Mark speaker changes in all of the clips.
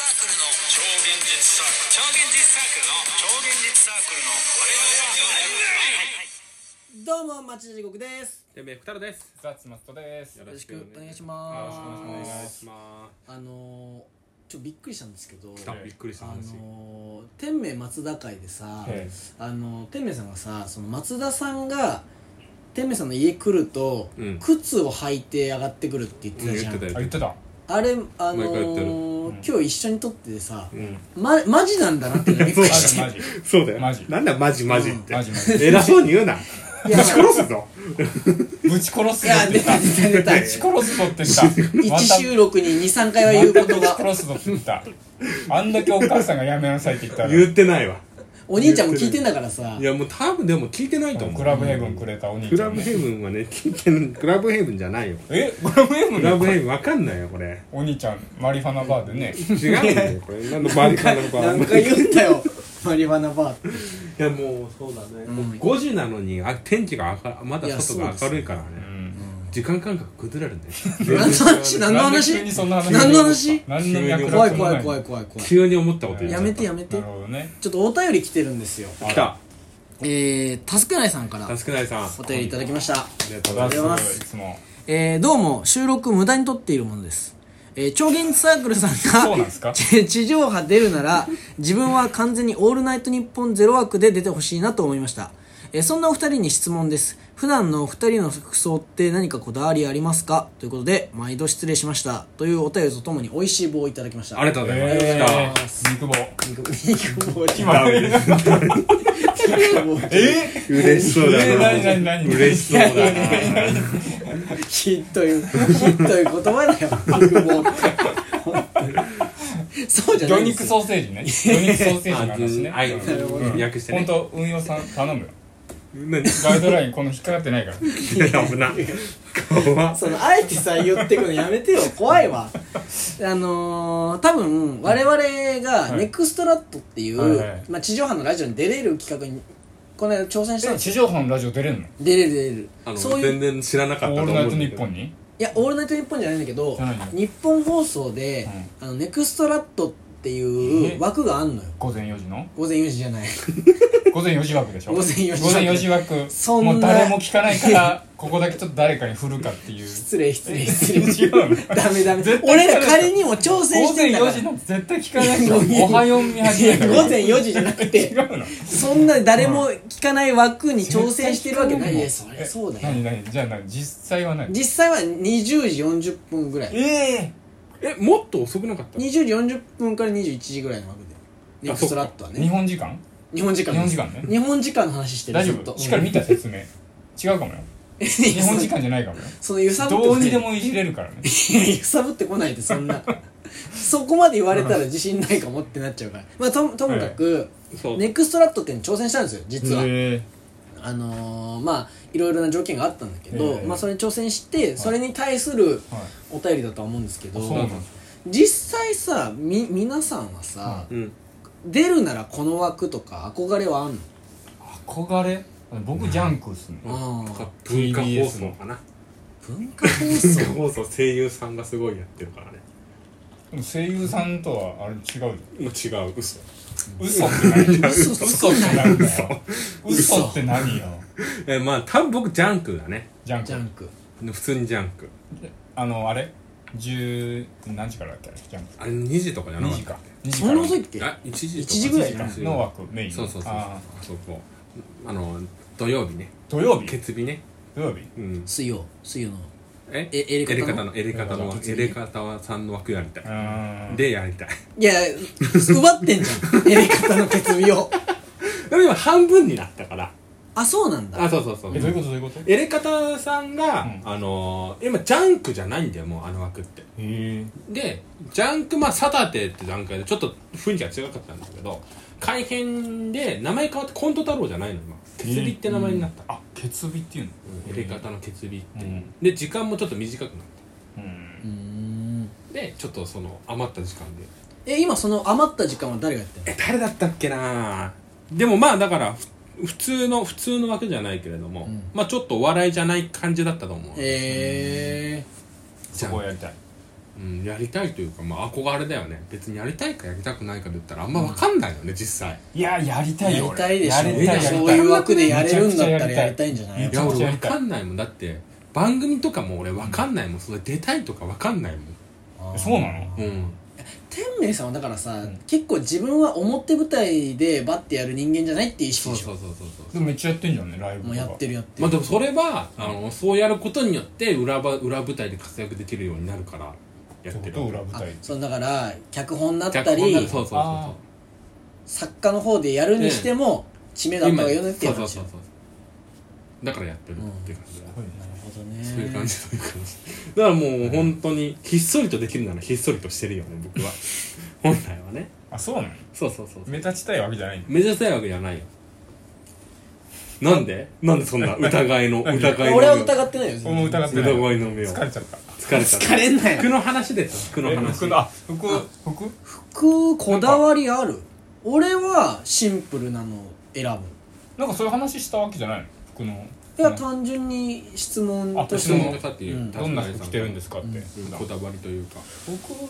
Speaker 1: 超現実サークル超現実サークルの超現実サークルの我々は
Speaker 2: どうも町田地獄です
Speaker 3: てめえふたるです
Speaker 4: ザッツマストです。
Speaker 2: よろしくお願いし
Speaker 4: よろしくお願
Speaker 2: ま
Speaker 4: い
Speaker 2: す
Speaker 4: します
Speaker 3: ま
Speaker 2: あのー、ちょっとびっくりしたんですけど
Speaker 3: すびっくりした
Speaker 2: あ
Speaker 3: 話
Speaker 2: のー、天明松田会でさ、
Speaker 4: はい
Speaker 2: あのー、天明さんがさその松田さんが天明さんの家来ると、
Speaker 3: うん
Speaker 2: 靴を履いて上がってくるって言って
Speaker 3: うん
Speaker 2: たじ
Speaker 3: 言
Speaker 2: ゃ
Speaker 3: っ
Speaker 2: ん、
Speaker 3: てた
Speaker 4: あ、
Speaker 3: 言っ
Speaker 4: 言っててた。
Speaker 2: あれあの
Speaker 3: 毎回やってる
Speaker 2: ー、今日一緒に撮っててさ、
Speaker 3: ん
Speaker 2: ま、マジなんだなってびっくり
Speaker 4: マジ
Speaker 2: して
Speaker 4: マジ。
Speaker 3: た そうだよ
Speaker 4: マジ
Speaker 3: なんだよマジマジっ
Speaker 2: うん
Speaker 3: て
Speaker 4: マジマジ。
Speaker 3: 偉そうに言うな
Speaker 2: いや
Speaker 3: ぶち殺すぞ
Speaker 4: ぶち殺す
Speaker 2: い
Speaker 4: ぞ
Speaker 2: や
Speaker 4: って
Speaker 2: 出
Speaker 4: 言った
Speaker 2: た。出た出た
Speaker 4: ぶち殺すぞって言った。
Speaker 2: 1収録に23回は言う
Speaker 4: ま
Speaker 2: こ
Speaker 4: た
Speaker 2: と
Speaker 4: ぶち
Speaker 2: が
Speaker 4: 殺すぞって言った。あんだけお母さんがやめなさいって言ったら、
Speaker 3: 言ってないわ
Speaker 2: お兄ちゃんも聞いてんだからさ
Speaker 3: いやもう多分でも聞いてないと思う
Speaker 4: クラブヘイブンくれたお兄
Speaker 3: ク
Speaker 4: ち
Speaker 3: ラ
Speaker 4: ゃん
Speaker 3: ブ
Speaker 4: ね。
Speaker 3: ヘイブンはね聞いてるクラブヘイブンじゃないよ
Speaker 4: え、クラブヘイブ
Speaker 3: ク
Speaker 4: ン
Speaker 3: ラブ
Speaker 4: の
Speaker 3: ヘイブンわかんないよこれ
Speaker 4: お兄ちゃん、マリファナバーで ね。
Speaker 3: 違うんだよこれなんのバリカンのバ
Speaker 2: 何回言うんだ よマリファナバーって
Speaker 3: いやもうそうだね、もうん5時なのにあ天気が明るまだ外
Speaker 2: い
Speaker 3: が
Speaker 2: やそうですよ
Speaker 3: 明るいからね、
Speaker 4: うん。
Speaker 3: 時間感覚崩れるんだよ
Speaker 2: 何の話何の
Speaker 4: なんで
Speaker 2: 話
Speaker 4: 急にそんな話
Speaker 2: 何の話
Speaker 4: 何の役立ちも
Speaker 2: 怖
Speaker 4: ない
Speaker 2: 怖い怖い怖い怖い
Speaker 3: 急に思ったこと言っちゃ
Speaker 2: や
Speaker 3: った
Speaker 2: めてやめて
Speaker 4: なるほどね。
Speaker 2: ちょっとお便り来てるんですよ
Speaker 3: 来た
Speaker 2: えー、助けないさんから
Speaker 3: タスクナイさん
Speaker 2: お便りいただきました
Speaker 3: ありがとうござい
Speaker 4: ザ
Speaker 3: ま
Speaker 4: ッ
Speaker 3: す
Speaker 4: ツマストいつも。
Speaker 2: えー、どうも収録を無駄に撮っているものです、えー、超現実サークルさん
Speaker 4: そうなんです
Speaker 2: が
Speaker 4: か
Speaker 2: 地上波出るなら自分は完全に「オールナイトニッポンゼロ枠で出てほしいなと思いました、えーそんなお二人に質問です普段のお二人の服装って何かこだわりありますかということで毎度失礼しましたというお便りとともに美味しい棒をいただきました
Speaker 3: ありがとうございます。
Speaker 4: え
Speaker 3: 来た
Speaker 4: ー、肉棒。
Speaker 2: 肉肉棒肉
Speaker 4: 今、え
Speaker 2: 棒
Speaker 4: ー
Speaker 3: 嬉しそうだ
Speaker 4: えー、
Speaker 3: な。
Speaker 4: 何何何
Speaker 3: 嬉しそうだな。
Speaker 2: ひどいひどい言葉だよ肉 棒本当にそうじゃな
Speaker 4: 魚
Speaker 2: いんです
Speaker 4: 肉
Speaker 2: よ
Speaker 4: ソーセージね。魚肉ソーセージの話ね。
Speaker 3: あ、はい、
Speaker 4: うん
Speaker 3: 訳して
Speaker 4: 本
Speaker 3: ね。
Speaker 4: 当運用さん頼むよ
Speaker 3: 何
Speaker 4: ガイドラインこの引っかかってないから
Speaker 3: 危な。怖っ
Speaker 2: そのあえてさ言ってくのやめ てよ怖いわあのー、多分我々が
Speaker 4: い
Speaker 2: ネクストラットっていう、
Speaker 4: はいはい
Speaker 2: まあ、地上波のラジオに出れる企画にこの間挑戦したん
Speaker 4: え
Speaker 2: ですよ
Speaker 4: 地上波のラジオ出れんの
Speaker 2: 出れる出れる
Speaker 3: あの、
Speaker 2: そういう
Speaker 3: 全然知らな
Speaker 4: 「オ
Speaker 3: かったと
Speaker 4: ー
Speaker 3: 思
Speaker 4: ル
Speaker 3: う
Speaker 4: ナ
Speaker 3: ん
Speaker 4: イ
Speaker 3: だけど。
Speaker 4: トニッポン」に
Speaker 2: いや「オールナイトニッポン」じゃないんだけど
Speaker 4: じゃないの
Speaker 2: 日本放送で、あのネクストラットってい
Speaker 4: え
Speaker 2: う枠があんのよ
Speaker 4: 午前4時の
Speaker 2: 午前4時じゃない
Speaker 4: 午前4時枠でしょ
Speaker 2: 午前4時枠
Speaker 4: 午前4時枠
Speaker 2: そんな
Speaker 4: もう誰も聞かないからここだけちょっと誰かに振るかってい う
Speaker 2: 失礼失礼失礼
Speaker 4: 違うの
Speaker 2: ダメダメ
Speaker 4: 絶対
Speaker 2: 俺ら仮にも挑戦
Speaker 4: 午
Speaker 2: して
Speaker 4: 前
Speaker 2: んだか
Speaker 4: 4
Speaker 2: ら
Speaker 4: 時なんて絶対聞かないで しょおはよう見始めたから
Speaker 2: 午前4時じゃなくて
Speaker 4: 違うの
Speaker 2: そんな誰も聞かない枠に挑戦してるわけないいや
Speaker 4: 絶
Speaker 2: そ
Speaker 4: 対
Speaker 2: れそうだよ
Speaker 4: 何何じゃあ何実際は何
Speaker 2: 実際は20時40分ぐらい
Speaker 4: え
Speaker 3: え、もっと遅くなかった
Speaker 2: 20時40分から21時ぐらいの枠でネクストラットは
Speaker 4: え日
Speaker 2: ね
Speaker 4: 本時間
Speaker 2: 日本時間
Speaker 4: 日本時間ね
Speaker 2: 日本時間の話してる
Speaker 4: 大丈
Speaker 2: ずっと
Speaker 4: 夫しっかり見た説明違うかもよ日
Speaker 2: 日
Speaker 4: 本時間じゃないかもよ
Speaker 2: その揺さぶって
Speaker 4: どうにで
Speaker 2: こ
Speaker 4: もいじれるからね
Speaker 2: ない揺さぶってこないでそんなそこまで言われたら自信ないかもってなっちゃうからまあとともかく
Speaker 3: そう。
Speaker 2: ネクストラットっていうのに挑戦したんですよ実は
Speaker 4: へ
Speaker 2: あのーまあいろいろな条件があったんだけど、
Speaker 4: ええ
Speaker 2: まあ、それに挑戦してそれに対する
Speaker 4: ーはい
Speaker 2: お便りだとは思うんですけど
Speaker 4: そうなんです
Speaker 2: 実際さみ皆さんはさ、
Speaker 4: は
Speaker 3: うん。
Speaker 2: 出るならこの枠とか憧れはあんの
Speaker 4: 憧れ僕ジャンクっすね
Speaker 2: あー
Speaker 3: とか文化放送かな。
Speaker 2: 文化放
Speaker 3: 文化
Speaker 2: 送
Speaker 3: 放送声優さんがすごいやってるからね。
Speaker 4: でも声優さんとはあれ違うじゃん
Speaker 3: もう違う、嘘。
Speaker 4: 嘘って何よ
Speaker 2: 嘘
Speaker 4: 嘘って何だよ嘘って何よ
Speaker 3: え、まあ、多分僕ジャンクだね。
Speaker 4: ジャン
Speaker 2: ジャ
Speaker 4: ク
Speaker 2: ンク
Speaker 3: 普通にジャンク。
Speaker 4: あのあれ10何時からだっけジャンク
Speaker 3: あれ2時とかじゃな
Speaker 4: 2
Speaker 3: かった
Speaker 4: 時か2時
Speaker 2: そんな遅い
Speaker 4: か
Speaker 2: っけ
Speaker 3: あ、1時とか。
Speaker 2: 1時ぐらい
Speaker 4: ら
Speaker 2: か
Speaker 4: 1時の枠メイン
Speaker 3: そうそうそうそう。
Speaker 4: あ
Speaker 3: あそこ。あの、土曜日ね。
Speaker 4: ー土曜日
Speaker 3: 決日ね。
Speaker 4: 土曜日、
Speaker 3: うん。
Speaker 2: 水曜水曜の
Speaker 3: え
Speaker 2: えエレカタの
Speaker 3: エレカタの
Speaker 2: エレカタ
Speaker 3: エレカタさんの枠やりたいう
Speaker 4: ーん
Speaker 3: でやりたい
Speaker 2: いや奪ってんじゃんやり方の決意を
Speaker 3: でも今半分になったから
Speaker 2: あそうなんだ
Speaker 3: あそうそうそう
Speaker 4: えどういうことどういうことへ
Speaker 3: エレカタさんが、
Speaker 4: うん
Speaker 3: あのー今ジャンクじゃないんだよもうあの枠って
Speaker 4: え
Speaker 3: でジャンクまあサタデーって段階でちょっと雰囲気が違かったんだけど改編で名前変わってコント太郎じゃないの今決日って名前になった、
Speaker 4: あケツビっていうの
Speaker 3: エレカタの決日って、
Speaker 4: うん
Speaker 3: で時間もちょっと短くなっ
Speaker 4: うん
Speaker 2: うーん
Speaker 3: たでちょっとその余った時間で
Speaker 2: え今その余った時間は誰がやってんの
Speaker 3: え誰だったっけなでもまあだからふ普通の普通の枠じゃないけれども、
Speaker 2: うん
Speaker 3: まあちょっとお笑いじゃない感じだったと思う、
Speaker 2: え
Speaker 4: そこをやりたい
Speaker 3: うん、やりたいというか、まあ、憧れだよね別にやりたいかやりたくないかで言ったらあんま分かんないよね、実際
Speaker 4: いややりたい
Speaker 2: や
Speaker 4: よ
Speaker 2: りたいでしょ
Speaker 4: やりたいやりたい
Speaker 2: そういう枠でやれるんだったらやりたいんじゃない
Speaker 4: め
Speaker 3: い
Speaker 4: ちゃ
Speaker 3: や
Speaker 4: くち
Speaker 3: 俺
Speaker 4: ゃや
Speaker 3: 分
Speaker 4: りたい
Speaker 3: かんないもんだって番組とかも俺分かんないもん、それ出たいとか分かんないも
Speaker 4: そうなの
Speaker 3: んうん
Speaker 2: 天明さんはだからさ、結構自分は表舞台でバッてやる人間じゃないっていう意識
Speaker 3: そう
Speaker 2: でしょ
Speaker 3: そうそうそうそう
Speaker 4: でもめっちゃやってんじゃんねライブと
Speaker 2: も
Speaker 4: か
Speaker 2: うやってるやってる、
Speaker 3: まあでもそれは、あのそうやることによって裏ば裏舞台で活躍できるようになるからやって
Speaker 4: って
Speaker 3: る
Speaker 4: こと裏舞
Speaker 2: あ
Speaker 4: 台
Speaker 2: そのだから脚本だっ
Speaker 3: 脚
Speaker 2: た
Speaker 3: 本
Speaker 2: り
Speaker 3: だそうそうそう
Speaker 4: あ
Speaker 2: 作家の方でやるにしても、知名度ア
Speaker 3: そう
Speaker 2: ップ
Speaker 3: 今
Speaker 2: がよねって
Speaker 3: そ
Speaker 2: や
Speaker 3: う
Speaker 2: つ
Speaker 3: そう
Speaker 2: でし
Speaker 3: そ
Speaker 2: ょ
Speaker 3: うそうだからやってるっていう感じだ、
Speaker 4: すごいね
Speaker 2: なるほどね
Speaker 3: そういう感じという感じだからもう本当にひっそりとできるならひっそりとしてるよね僕は本来はね
Speaker 4: あそうなの
Speaker 3: そうそうそう
Speaker 4: 目立ちたいわけじゃないんだ
Speaker 3: 目指したいわけじゃないよなんでなんでそんな疑いの疑いの目を
Speaker 2: 俺は疑ってないよ全
Speaker 4: 俺も
Speaker 2: 然
Speaker 4: 疑ってない
Speaker 3: 疑いの目を
Speaker 4: 疲れちゃった
Speaker 3: 疲れた
Speaker 2: 疲れんな
Speaker 3: 服
Speaker 2: よ
Speaker 3: の話です服の
Speaker 4: え
Speaker 3: 話
Speaker 4: 服のあ服服
Speaker 2: 服こだわりある俺はシンプルなのを選ぶ
Speaker 4: なんかそういう話したわけじゃないの服の
Speaker 2: いや単純に質問とし
Speaker 3: 質
Speaker 2: て
Speaker 3: 問
Speaker 2: も
Speaker 3: がさっていううん田
Speaker 4: どん
Speaker 3: 中
Speaker 4: な
Speaker 3: さ
Speaker 4: 服着てるんですかって、
Speaker 3: うんこだわりというか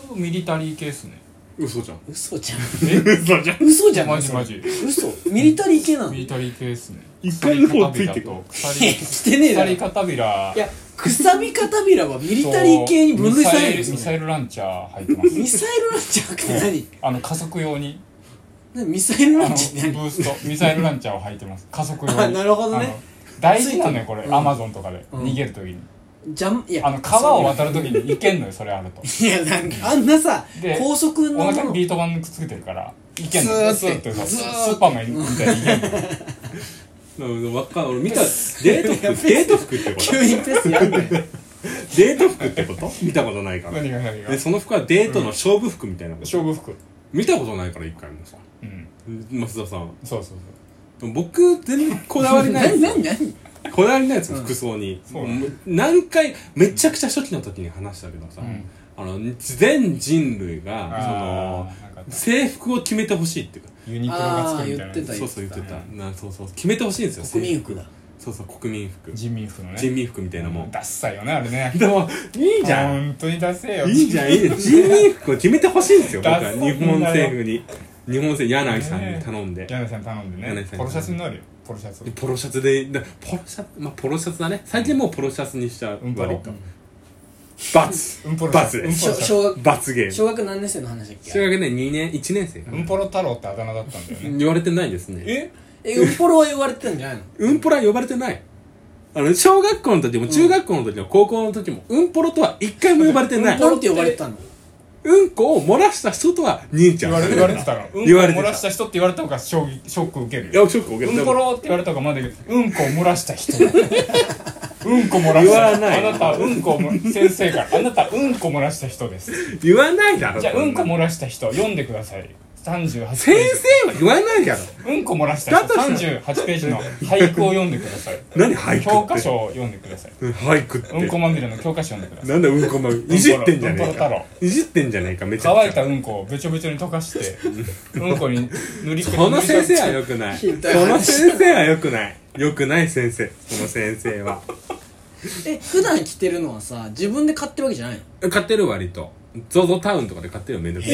Speaker 4: 僕ミリタリー系っすね
Speaker 3: 嘘じゃん
Speaker 2: 嘘じゃん
Speaker 3: 嘘じゃん
Speaker 2: 嘘じゃん
Speaker 4: マジマジ
Speaker 2: 嘘ミリタリー系なの
Speaker 4: ミ
Speaker 2: い
Speaker 4: リタリー系っすね
Speaker 3: 一回嘘をついてこ
Speaker 2: や
Speaker 4: 鎖
Speaker 2: してねえだろ
Speaker 4: 鎖片びら
Speaker 2: やくさびかたびらはミリタリー系に分類されるん
Speaker 4: ミ
Speaker 2: で
Speaker 4: サイルミ
Speaker 2: す
Speaker 4: サ
Speaker 2: ね
Speaker 4: イルランチャー入ってます
Speaker 2: ミサイルランチャーって何
Speaker 4: あの加速用に
Speaker 2: 何ミサイル
Speaker 4: あ
Speaker 2: ラン
Speaker 4: の ブ
Speaker 2: チって何
Speaker 4: ーストミサイルランチャーを履いてます加速用に
Speaker 2: あなるほどね
Speaker 4: あの大事なのよこれ
Speaker 2: ついてる
Speaker 4: アマゾンとかで
Speaker 2: ん
Speaker 4: 逃げるときに
Speaker 2: ジャンいや
Speaker 4: あの川を渡るときに行けんのよそれあると
Speaker 2: いやなんかあんなさ
Speaker 4: で
Speaker 2: 高速
Speaker 4: お
Speaker 2: の
Speaker 4: 腹にビート板くっつけてるから行けんのよ
Speaker 2: ず
Speaker 4: ス
Speaker 2: ー
Speaker 4: ー
Speaker 2: っ
Speaker 4: ッ
Speaker 2: て
Speaker 4: とそう
Speaker 2: ずーっと
Speaker 4: スーパーマンみたいに行けんのよ
Speaker 3: うんわかん俺見たデート服デート服ってこと
Speaker 2: 急にペースやんなよ
Speaker 3: デート服ってこと見たことないから
Speaker 4: 何が何が
Speaker 3: でその服はデートの 勝負服みたいなこと
Speaker 4: 勝負服
Speaker 3: 見たことないから一回もさ
Speaker 4: うん
Speaker 3: 増田さん
Speaker 4: そうそうそう
Speaker 3: 僕全然こだわりない
Speaker 2: 何
Speaker 3: ですよ
Speaker 2: 何何
Speaker 3: こだわりないですよ服装に
Speaker 4: そうだね
Speaker 3: もう何回めちゃくちゃ初期の時に話したけどさ
Speaker 4: ん
Speaker 3: あの全人類がそ
Speaker 4: あ
Speaker 3: の
Speaker 4: ーなんか
Speaker 3: 制服を決めてほしいっていうか
Speaker 4: ユニクロが作るみたい
Speaker 2: あー
Speaker 4: な
Speaker 2: 言ってた
Speaker 3: そうそう言ってたなそうそう決めてほしいんですよ
Speaker 2: 国民服だ
Speaker 3: そうそう国民服
Speaker 4: 人民服のね
Speaker 3: 人民服みたいなもん
Speaker 4: ダッサいよねあれね
Speaker 3: でもいいじゃん
Speaker 4: 本当にダセえよ
Speaker 3: いいじゃんいいじゃん人民服を決めてほしいんですよ僕
Speaker 4: ダ
Speaker 3: は
Speaker 4: サいんだ
Speaker 3: 日
Speaker 4: よ
Speaker 3: 本政府に日本政府柳さんに頼んで
Speaker 4: 柳さん頼んで
Speaker 3: 柳
Speaker 4: ね
Speaker 3: さんに頼んで
Speaker 4: ポロシャツになるよポロシャツ
Speaker 3: ポロシャツでだポロシャツまあポロシャツだね最近もうポロシャツにしちゃう
Speaker 4: うんポロ
Speaker 3: 割と罰
Speaker 4: うんぽろ
Speaker 3: 罰で
Speaker 4: うん
Speaker 2: 小小学
Speaker 3: 罰ゲー
Speaker 2: 小
Speaker 3: ム
Speaker 2: 学何年生の話だっ
Speaker 3: 中
Speaker 2: け
Speaker 3: 学ね2年1年生か
Speaker 4: うん
Speaker 3: な
Speaker 4: ぽろ太郎ってあだ名だったん だよね
Speaker 3: 言われてないですね
Speaker 4: え
Speaker 2: えウッポロは言われてたんじゃないの
Speaker 3: うんぽら呼ばれてないあの小学校の時も中学校の時も高校の時もうんぽろとは一回も呼ばれてない
Speaker 2: なんて呼ばれてたの
Speaker 3: うんこを漏らした人とは兄ちゃ
Speaker 4: 言
Speaker 3: ん
Speaker 4: われ言われてたのうんこ
Speaker 3: 言
Speaker 4: を
Speaker 3: われてた
Speaker 4: 漏らした人って言われた方が衝撃ショック受ける
Speaker 3: い
Speaker 4: よ
Speaker 3: やショック受け
Speaker 4: う
Speaker 3: た
Speaker 4: んぽろって言われた方がまだいいけどうんこを漏らした人うんこ漏らし
Speaker 3: 言わな
Speaker 4: た
Speaker 3: い
Speaker 4: あなたはうんこを漏ら先生からあなたはうんこ漏らした人です
Speaker 3: 言わないだろ
Speaker 4: じゃあ
Speaker 3: そ
Speaker 4: うん
Speaker 3: な
Speaker 4: こ漏らした人読んでください38
Speaker 3: 先
Speaker 4: ページ
Speaker 3: 生は言わないだろ
Speaker 4: うんこ漏らした
Speaker 3: だと
Speaker 4: 人
Speaker 3: した
Speaker 4: 38ページの俳句を読んでくださ い
Speaker 3: 何俳句って
Speaker 4: 教科書を読んでください
Speaker 3: うん俳句って
Speaker 4: うんこまみれの教科書を読んでください
Speaker 3: なんだうんこまいじってんじゃね
Speaker 4: うん
Speaker 3: え
Speaker 4: ころ
Speaker 3: かいじってんじゃねえかめちゃ
Speaker 4: 乾い
Speaker 3: くち
Speaker 4: た
Speaker 3: ゃ
Speaker 4: うんこをべちょべちょに溶かしてうんこに塗りく
Speaker 3: この先生は
Speaker 4: 塗り
Speaker 3: 良くないこ
Speaker 2: ひどい話
Speaker 3: の先生は良くない良くない先生この先生は
Speaker 2: え普段着てるのはさ自分で買ってるわけじゃないの
Speaker 3: 買ってる割と ZOZO タウンとかで買ってるよめんどくさい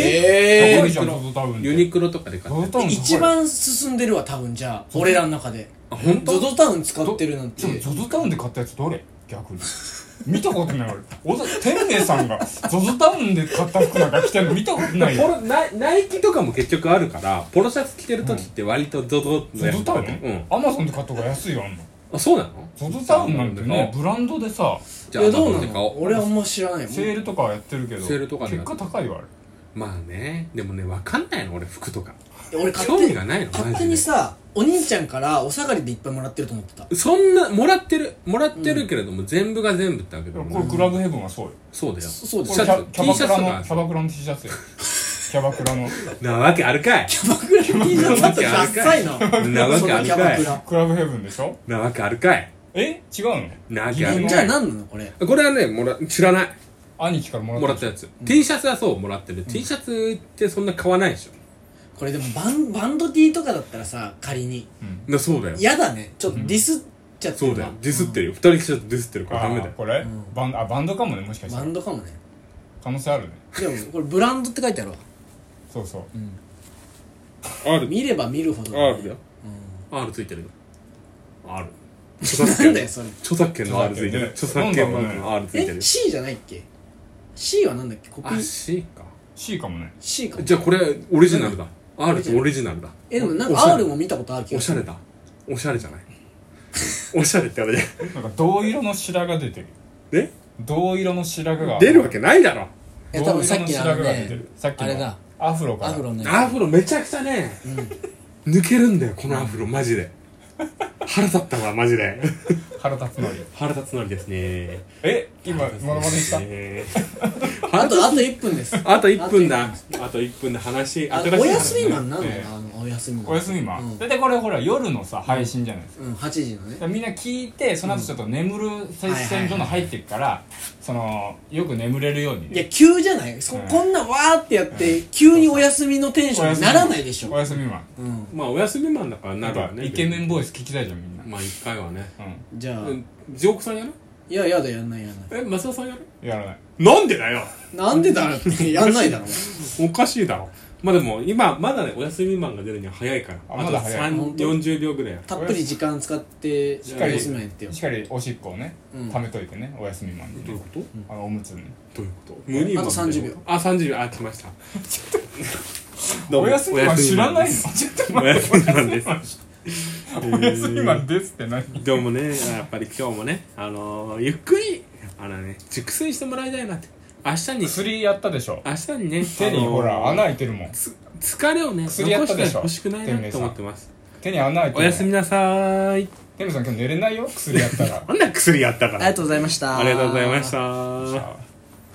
Speaker 3: ユ
Speaker 4: えー
Speaker 3: ニク
Speaker 4: 高いじゃん ZOZO タウン
Speaker 3: ロ
Speaker 4: って
Speaker 3: ユニクロとかで買って
Speaker 4: ゾ
Speaker 3: る
Speaker 4: ゾタウン
Speaker 2: 一番進んでるわ多分じゃあ俺らの中で
Speaker 3: あ本
Speaker 2: ゾ
Speaker 3: 当
Speaker 2: ゾタウン使ってるなんて
Speaker 4: でもゾゾタウンで買ったやつどれ逆に見たことない俺おぞ天明さんがゾゾタウンで買った服なんか着てるの見たことない
Speaker 3: ポ
Speaker 4: よ
Speaker 3: ロナイナイキとかも結局あるからポロシャツ着てる時って割と ZOZO の
Speaker 4: ゾ
Speaker 3: や
Speaker 4: ゾ
Speaker 3: つ
Speaker 4: タウン、
Speaker 3: うん
Speaker 4: アマゾンで買った方が安いよあんの
Speaker 3: あそうなの
Speaker 4: ゾゾタウンなんてねブランドでさ
Speaker 3: じ
Speaker 2: い
Speaker 3: ゃあ
Speaker 2: やどうな
Speaker 3: 後で買お
Speaker 2: の
Speaker 3: う
Speaker 2: 俺はあんま知らないもん
Speaker 4: セールとかはやってるけど
Speaker 3: セールとかで
Speaker 4: 結果高いわあれ
Speaker 3: まあねでもね分かんないの俺服とか
Speaker 2: 俺勝
Speaker 3: 興
Speaker 2: 手
Speaker 3: 味
Speaker 2: に
Speaker 3: がないの
Speaker 2: 勝
Speaker 3: マ
Speaker 2: 手
Speaker 3: ジで
Speaker 2: にさお兄ちゃんからお下がりでいっぱいもらってると思ってた
Speaker 3: そんなもらってるもらってるけれども、全部が全部ってわけでも
Speaker 4: これ
Speaker 3: ない
Speaker 4: クラブヘブンはそうよ
Speaker 3: そうだよ
Speaker 2: そそう
Speaker 4: こ
Speaker 2: で
Speaker 4: れ
Speaker 2: す
Speaker 4: キ
Speaker 3: シャ
Speaker 4: ャ
Speaker 3: ツ
Speaker 4: キ
Speaker 3: T
Speaker 4: ャバク
Speaker 3: シャツとか
Speaker 4: ラのキャバクラの T シャツよキャバクラの
Speaker 3: なわけあるかい
Speaker 2: キャバクラ T シャツだったらダッサいな
Speaker 3: なわ
Speaker 2: そ
Speaker 3: けあ
Speaker 2: の
Speaker 3: る
Speaker 2: キャバ
Speaker 3: か
Speaker 2: ク
Speaker 3: い
Speaker 2: ラ
Speaker 4: クラブヘブンでしょ
Speaker 3: なわけあるかい
Speaker 4: え違うの
Speaker 3: なわけあ
Speaker 4: う
Speaker 3: る
Speaker 4: ん
Speaker 2: じ
Speaker 3: か
Speaker 2: ゃあ
Speaker 3: い
Speaker 2: 何なのこれ
Speaker 3: これはねもら知らない
Speaker 4: 兄貴からもらった
Speaker 3: もらったやつ、T シャツはそうもらってる、T シャツってそんな買わないでしょ
Speaker 2: これでもバンバンド T とかだったらさ仮に
Speaker 3: だそうだよ
Speaker 2: 嫌だねちょっとディスっちゃって
Speaker 3: そう
Speaker 2: る
Speaker 3: だよ
Speaker 2: な
Speaker 3: ディスってるよ、二人来ちゃってディスってるからダ
Speaker 4: あ
Speaker 3: メだ
Speaker 4: ー
Speaker 3: よ
Speaker 4: これバンあバンドかもねもしかし
Speaker 2: バ
Speaker 4: たら
Speaker 2: ンドかもね
Speaker 4: 可能性あるね
Speaker 5: でも
Speaker 2: これブランドって書いてあるわ
Speaker 4: そうそう、
Speaker 3: R
Speaker 5: 見れば見るほど、
Speaker 3: R だよ R ついてるよ R 著作
Speaker 5: な
Speaker 3: 権
Speaker 5: んだよそれ
Speaker 3: 著作権の R ついてる著
Speaker 4: 著
Speaker 3: 作権
Speaker 4: 作権
Speaker 3: マ
Speaker 4: ね
Speaker 3: ークの R ついてる
Speaker 5: え C じゃないっけ C はなんだっけコピ
Speaker 3: あ
Speaker 5: ー
Speaker 3: C か
Speaker 4: C かもね
Speaker 5: C か
Speaker 3: じゃあこれオリジナルだ R ってオリジナルだ
Speaker 5: えでもなん
Speaker 3: おしゃ
Speaker 5: か
Speaker 3: れ
Speaker 5: R も見たことある気
Speaker 3: お
Speaker 5: が
Speaker 3: しゃ
Speaker 5: する
Speaker 3: れだおしゃれじゃないおしゃれってあれで
Speaker 4: なんか銅色の白髪出てる
Speaker 3: え
Speaker 4: 銅色の白髪が
Speaker 3: 出るわけないだろ
Speaker 2: いや多分さっきのあの
Speaker 4: 銅色の白髪が出て
Speaker 2: ね
Speaker 4: るさっきの
Speaker 2: あれだ
Speaker 4: アフロから
Speaker 2: アフロね
Speaker 3: アフロめちゃくちゃね、抜けるんだよこのアフロマジで腹立ったわマジで
Speaker 4: 腹立つのり
Speaker 3: 腹立つのりですね
Speaker 4: え今モノマネした
Speaker 3: ね
Speaker 2: あとあと1分です
Speaker 3: あと1分だあと1分で話
Speaker 5: あ
Speaker 3: 新しい
Speaker 5: おやすみマ
Speaker 3: 話
Speaker 5: ンなんだ
Speaker 4: え
Speaker 5: よ
Speaker 4: え
Speaker 5: あのおやすみマン
Speaker 4: おやすみマ
Speaker 5: う
Speaker 4: ン
Speaker 5: ん
Speaker 4: 大体これほら夜のさ配信じゃないですか
Speaker 5: うん8時のね
Speaker 4: だからみんな聞いてその後ちょっと眠る接戦所の入ってくからそのよく眠れるように
Speaker 5: いや急じゃないそ
Speaker 4: うん
Speaker 5: こんなわーってやって急におやすみのテンシ
Speaker 4: お
Speaker 5: ョン
Speaker 4: や
Speaker 5: に
Speaker 4: すみ
Speaker 5: ならないでし
Speaker 4: お
Speaker 5: ょ
Speaker 4: やすみマン
Speaker 5: うん
Speaker 3: まあおやすみマンだからな
Speaker 4: なん
Speaker 3: るよ
Speaker 4: か
Speaker 3: ね
Speaker 4: イケメン
Speaker 3: ボ
Speaker 4: ボイス聞きたいじゃんみんな
Speaker 3: まあ1回はね
Speaker 4: う
Speaker 5: じゃあ
Speaker 3: うんジョークさんやる
Speaker 5: いややだやんないやんない
Speaker 3: え増田さんやる
Speaker 4: んやらない
Speaker 3: なんでだよ
Speaker 5: なんでだろうってやんないだろ
Speaker 3: おかしいだろまあでも今まだねおやすみマンが出るには早いから
Speaker 4: あ
Speaker 3: あ
Speaker 4: ま
Speaker 3: と
Speaker 4: だ早い
Speaker 3: 3 40秒ぐらいや
Speaker 5: たっぷり時間使っておやすみマンやってよ
Speaker 4: しっかりおしっこをね
Speaker 5: うん
Speaker 4: 溜めといてねおやすみマンに
Speaker 3: どういう
Speaker 4: ね
Speaker 3: こと
Speaker 4: あのおむつに
Speaker 3: どういうこと無理
Speaker 5: あと30秒
Speaker 3: あ三30秒あ来ました どうも
Speaker 4: おやすみマン知らないの
Speaker 3: で
Speaker 4: ち
Speaker 3: す
Speaker 4: ょっと
Speaker 3: お
Speaker 4: 待
Speaker 3: や
Speaker 4: って
Speaker 3: すみマンです
Speaker 4: おやすみマンですって何
Speaker 3: どうもねやっぱり今日もねあのー、ゆっくりあのね熟睡してもらいたいなって明日に
Speaker 4: 薬やったでしょ
Speaker 3: 明日にね
Speaker 4: 手に
Speaker 3: あのー
Speaker 4: ほら穴開いてるもん
Speaker 3: つ疲れをね残
Speaker 4: 薬やったでし
Speaker 3: して
Speaker 4: ょ
Speaker 3: ほしくないなと思ってます
Speaker 4: 手に穴開いてる
Speaker 3: おやすみなさーい
Speaker 4: テミさん今日寝れないよ薬やったら
Speaker 3: なんだ薬やったか
Speaker 2: あり
Speaker 3: ら
Speaker 2: がとうございました
Speaker 3: ありがとうございました
Speaker 4: さあ